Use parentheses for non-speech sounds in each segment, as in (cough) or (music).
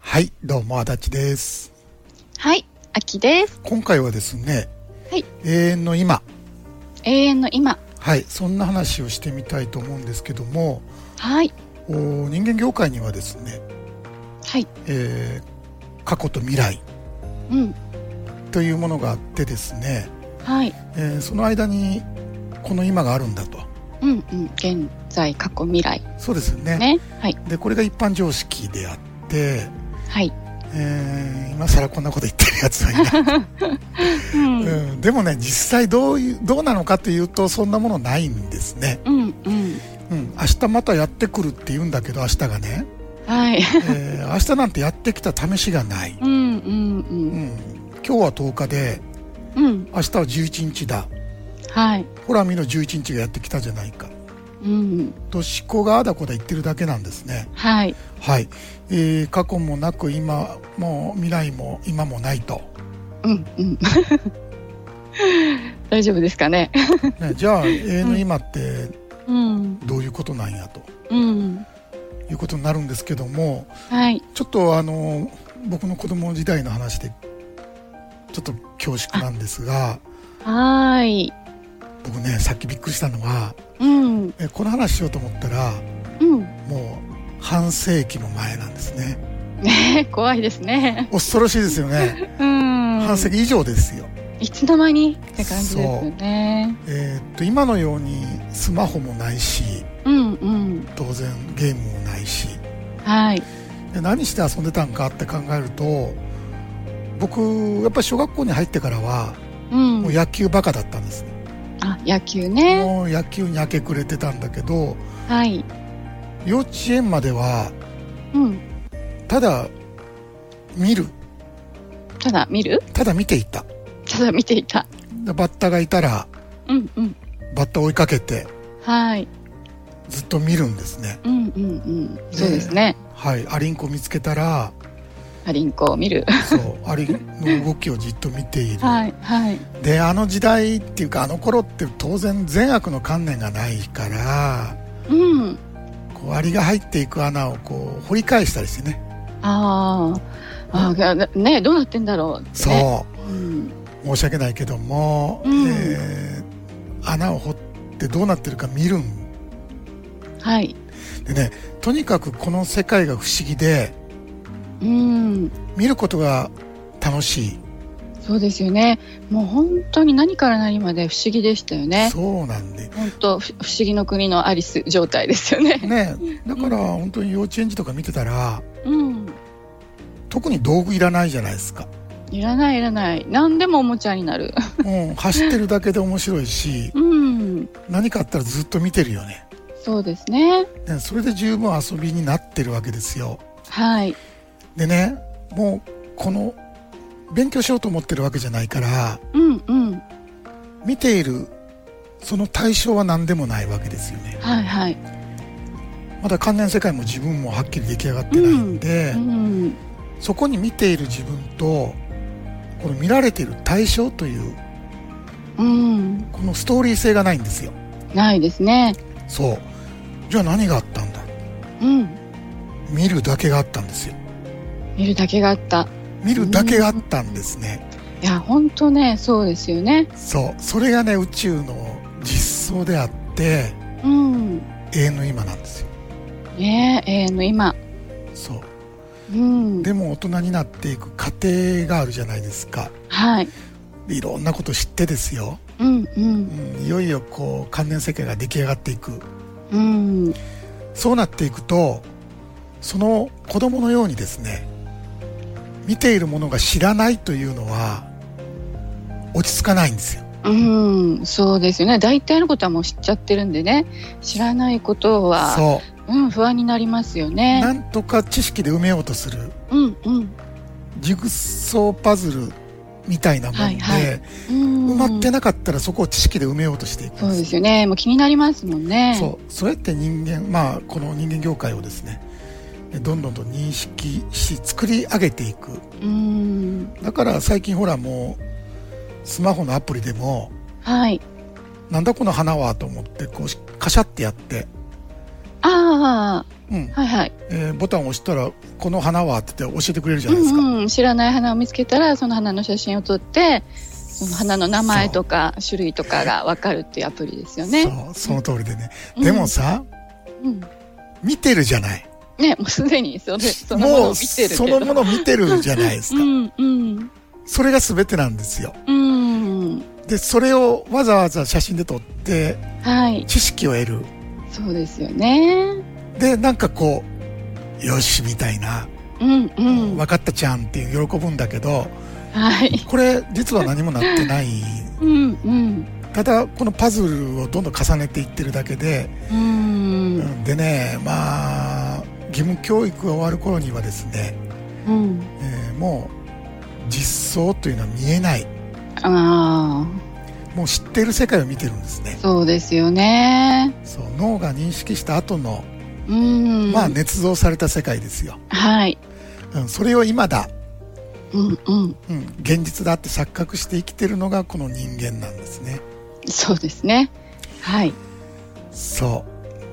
はい、どうも、あだちです。はい、秋です。今回はですね、はい、永遠の今、永遠の今。はい、そんな話をしてみたいと思うんですけども、はい、お人間業界にはですね、はい、えー過去と未来うん、というものがあってですね、はい、えーその間にこの今があるんだと。うん、うん、現在、過去、未来そうですよね。ね。はい、で、これが一般常識であって、はい、えー今更こんなこと言ってるやつはいない。うん、うん、うん、でもね、実際どういう、どうなのかというと、そんなものないんですね。うん、うん、明日またやってくるって言うんだけど明日がね、はい、えー明日なんてやってきた試しがない、うん、う、うんん、今日は10日でうん、うん、明日は11日だはい、ほら見ろ11日がやってきたじゃないかうん、と思考があだこだ言ってるだけなんですねはい、はい、えー過去もなく今も未来も今もないと、うん、うん。 (laughs) 大丈夫ですかね。ね、じゃあ永遠の今ってうん、どういうことなんやとうん、いうことになるんですけどもはい、ちょっとあの僕の子供時代の話でちょっと恐縮なんですがはーい、僕ねさっきびっくりしたのはうん、えこの話しようと思ったらうん。もう半世紀も前なんですねね、怖いですね。恐ろしいですよね、 (laughs) うん。半世紀以上ですよいつの間にって感じですね。えーっと今のようにスマホもないしうん、うん、当然ゲームもないしはい。で何して遊んでたんかって考えると僕やっぱり小学校に入ってからはうんもう野球バカだったんですね、あ、野球ね。もう野球に明け暮れてたんだけどはい。幼稚園まではうん。ただ見るただ見るただ見ていたただ見ていた。でバッタがいたらうんうん。バッタ追いかけてはい。ずっと見るんですねうんうんうん。そうですね。はいアリンコ見つけた (laughs) らハリンコを (laughs) 見る。そうアリの動きをじっと見ている、はいはい。であの時代っていうかあの頃って当然善悪の観念がないからうん。こうアリが入っていく穴をこう掘り返したりしてねああ。あーがねどうなってんだろうってそう、ね。うん。申し訳ないけども、うえんー穴を掘ってどうなってるか見るんはい。でねとにかくこの世界が不思議でうん。見ることが楽しい、そうですよね。もう本当に何から何まで不思議でしたよね。そうなんで本当ふ不思議の国のアリス状態ですよね。ねだから本当に幼稚園児とか見てたらうん。特に道具いらないじゃないですか、いらないいらない。何でもおもちゃになる。うん、走ってるだけで面白いしうん。何かあったらずっと見てるよねそうですね。ねそれで十分遊びになってるわけですよはい。でねもうこの勉強しようと思ってるわけじゃないからうんうん。見ているその対象は何でもないわけですよねはいはい。まだ関連世界も自分もはっきり出来上がってないんで、うん。そこに見ている自分とこの見られている対象といううん。このストーリー性がないんですよないですね。そうじゃあ何があったんだうん。見るだけがあったんですよ見るだけがあった。見るだけがあったんですねいや、ほんとね、そうですよね。そうそれがね宇宙の実相であってうん。永遠の今なんですよねえ、永遠の今。そううん。でも大人になっていく過程があるじゃないですかはい。いろんなこと知ってですよ、うんう。うんん、いよいよこう関連世界が出来上がっていくうん。そうなっていくとその子供のようにですね見ているものが知らないというのは落ち着かないんですようん。そうですよね。大体のことはもう知っちゃってるんでね。知らないことは、そううん、不安になりますようねな。んとか知識で埋めようとするうんうん。ジグソーパズルみたいなもんで、はいはいうん。埋まってなかったらそこを知識で埋めようとしていくそんうですですよね。もう気になりますもんね。そうそうやって人間まあこの人間業界をですねどんどんと認識し作り上げていくう。うん。だから最近ほらもうスマホのアプリでもはい。なんだこの花はと思ってこうカシャってやってああ、うんはいはい。えーボタンを押したら「この花は?」って言って教えてくれるじゃうないですか、んうん、知らない花を見つけたらその花の写真を撮ってその花の名前とか種類とかが分かるっていうアプリですよね。そうその通りでね、うんでもさうん、見てるじゃないねもうすでにそれそのものもをう見てるけどそのものを見てるじゃないですうか、んうんそれが全てなんですようんでそれをわざわざ写真で撮ってはい知識を得るそうですよね。でなんかこうよしみたいなうんうん分かったちゃんっていう喜ぶんだけどはい。これ実は何もなってないうんうんただこのパズルをどんどん重ねていってるだけでううんんでねまあ義務教育が終わる頃にはですね、うんえーもう実相というのは見えないあもう知っている世界を見てるんですねあそうですよね。そう脳が認識した後の、うんまあ捏造された世界ですよ、はい。うん、それを今だ、うんうんうん、現実だって錯覚して生きてるのがこの人間なんですねそうですね。はい。そ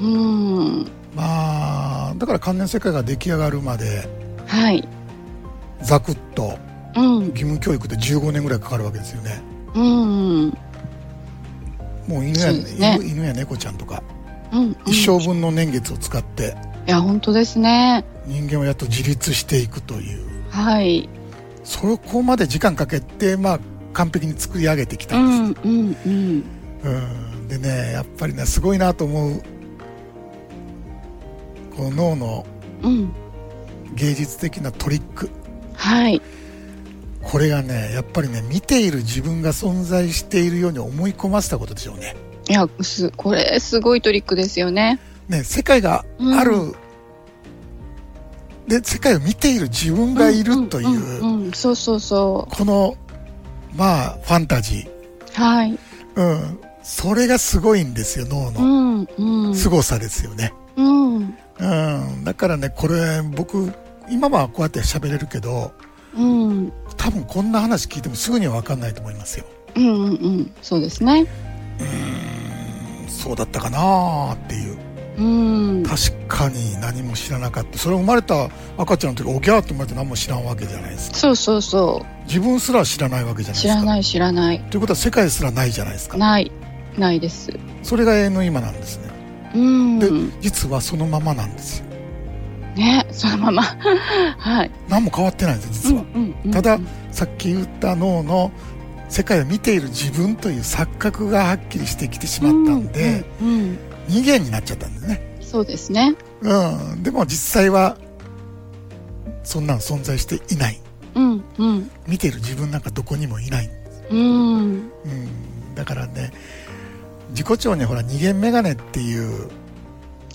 うんうまあだから関連世界が出来上がるまではい。ザクッとうん義務教育で15年ぐらいかかるわけですよねうんうんもう犬や,そ犬、うですね犬や猫ちゃんとかうん一い生分の年月を使ってや本当ですね。人間をやっと自立していくというはい。そこまで時間かけて、まあ、完璧に作り上げてきうたんでんうんうんす、うんでねやっぱりねすごいなと思うこの脳のうん芸術的なトリックはい。これがねやっぱりね見ている自分が存在しているように思い込ませたことでしょうねいやすこれすごいトリックですよね。ね世界がある、うで世界を見ている自分がいるという、うんうんうんそうそうそこのまあファンタジーうはい。うん、それがすごいんですよ脳うのんうん凄さですよね、うんうん、だからねこれ僕今はこうやって喋れるけどうん。多分こんな話聞いてもすぐには分かんないと思いますようんうんうん、そうですね。そうだったかなーっていううん、確かに何も知らなかったそれ生まれた赤ちゃんの時おぎゃーって生まれて何も知らんわけじゃないですかそうそうそ自分すら知らないわけじゃなう、い知ですからない知らない、ということは世界すらないじゃないですかない、ないです。それが永遠の今なんですねうん、で実はそのままなんですよね、そのまま、 (laughs) はい。何も変わってないんです実は、うんうんただうんさっき言った脳の世界を見ている自分という錯覚がはっきりしてきてしまったんで、、うんうん二元になっちゃったんですね、うんそうですね。うん、でも実際はそんなの存在していないうんうん見ている自分なんかどこにもいない、うん、うん、だからね自己調にほら二元メガネっていう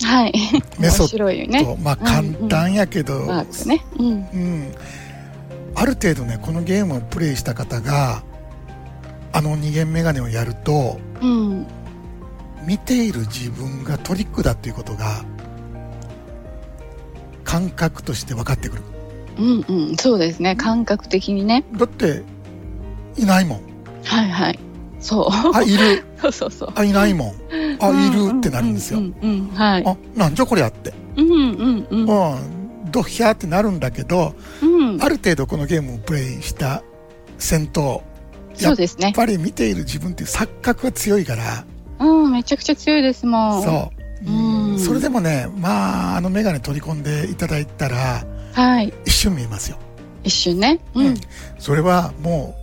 はい。 (laughs) メソ面ッ白いよド、ね。まあ簡単やけど、マークね、うん、うん、ある程度ねこのゲームをプレイした方があの二元メガネをやるとうん、見ている自分がトリックだっていうことが感覚として分かってくるうんうん、そうですね。感覚的にね、だっていないもんはいはい。そう、あいるそうそうそう。あいないもんあうんいるってなるんですようんうんうん、はい。あなんじゃこりゃってうんうんうんう。んドヒャーってなるんだけどうんある程度このゲームをプレイした戦闘そうですやねっ。ぱり見ている自分っていう錯覚が強いからうん、めちゃくちゃ強いですもん。そううんうんそれでもねまああのメガネ取り込んでいただいたらはい。一瞬見えますよ一瞬ね。うん。それはも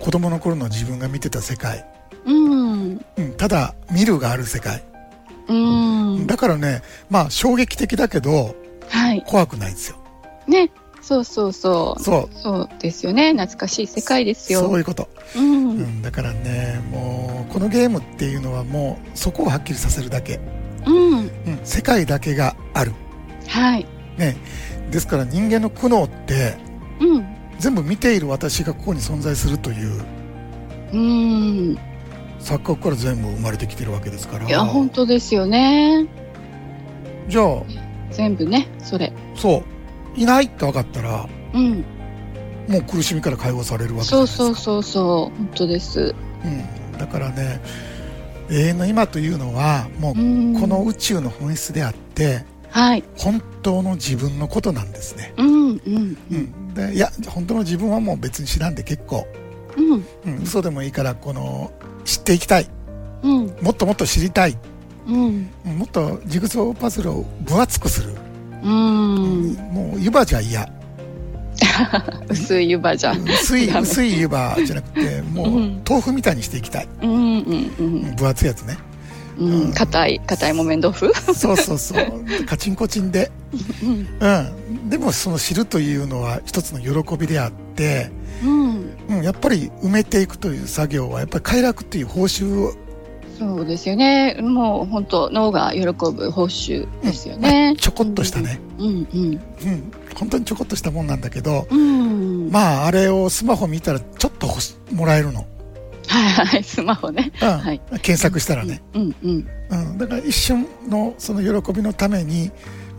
う子供の頃の自分が見てた世界、うん。うん、ただ見るがある世界、うん。だからねまあ衝撃的だけどはい。怖くないんですよね。そうそうそう。そうそうですよね。懐かしい世界ですそうよ。いうこと、う。うんん、だからねもうこのゲームっていうのはもうそこをはっきりさせるだけ、うん。うん、世界だけがあるはい。ねですから人間の苦悩ってうん。全部見ている私がここに存在するといううん。錯覚から全部生まれてきてるわけですからいや、本当ですよね。じゃあ全部ね、それ。そういないって分かったらうん。もう苦しみから解放されるわけじゃそないうですかそうそうそう。本当です。うん、だからね永遠の今というのはもううん。この宇宙の本質であって、はい。本当の自分のことなんですね、うんうんうん、でいや本当の自分はもう別に知らんで結構、うんうん、嘘でもいいからこの知っていきたいうんもっともっと知りたいうんうんもっとジグソーパズルを分厚くする、うん。もう湯葉じゃ (laughs) 嫌薄い湯葉じゃん。薄いダメ薄い湯葉じゃなくてもううん豆腐みたいにしていきたい、うんうんううんん分厚いやつねうん。硬い硬い木綿豆腐。そうそう (laughs) そうカチンコチンでうんうん、でもその知るというのは一つの喜びであって、うん。うん、やっぱり埋めていくという作業はやっぱり快楽という報酬を、そうですよね。もう本当脳が喜ぶ報酬ですよまねあ。ちょこっとしたね、うんうんうん、本当にちょこっとしたもんなんだけど、うん。まああれをスマホ見たらちょっと欲しもらえるの、はいはいスマホね。うんはい検索したらね、うんうんうん、だから一瞬のその喜びのために、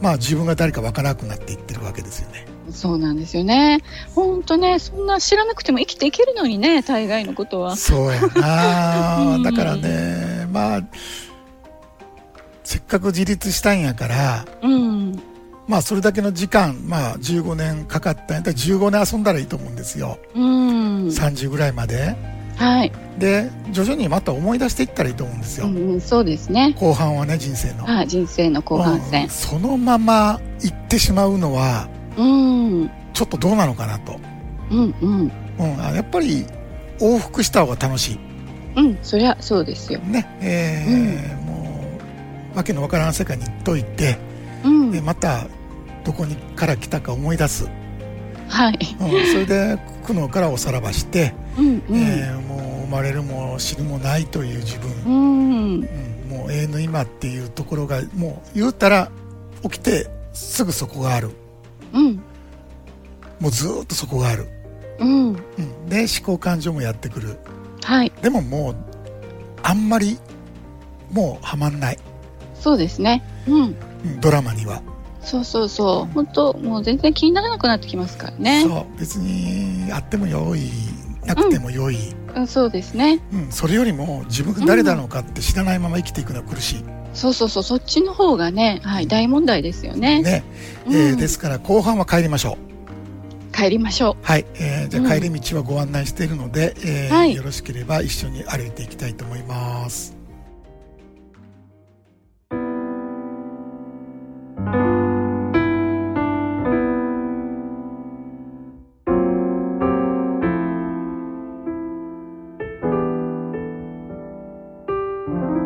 まあ、自分が誰かわからなくなっていってるわけですよね。そうなんですよね。本当ねそんな知らなくても生きていけるのにね大概のことは。そうやな (laughs) うんだからねまあせっかく自立したんやからうんまあそれだけの時間まあ15年かかったんやったら15年遊んだらいいと思うんですようん30ぐらいまではい。で徐々にまた思い出していったらいいと思うんですうよ、んうんそうですね。後半はね人生の、はい人生の後半う戦ん。そのまま行ってしまうのはうんうんちょっとどうなのかなと、うんうん、あやっぱり往復した方が楽しいうんそりゃそうですよ。ねえーもうわけのわからん世界に行っといて、うんでまたどこにから来たか思い出す、うん、はい。それで苦悩からおさらばして、うんうん。えーもう生まれるも死ぬもないという自分、うんうんもう永遠の今っていうところがもう言うたら起きてすぐそこがあるうんもうずーっとそこがある、うんうん、で思考感情もやってくるはいでももうあんまりもうはまんない、そうですね。うんうん、ドラマには。そうそうそう本当もう全然気にならなくなってきますからね。そう別にあってもよいなくてもよい、うんそうですね。うんそれよりも自分が誰なのかって知らないまま生きていくのは苦しい、そうそうそうそっちの方がねはい大問題ですよね。ねうんえーですから後半は帰りましょう帰りましょはい、えーじゃうんあ帰り道はご案内しているので、えーはいよろしければ一緒に歩いていきたいと思いますう。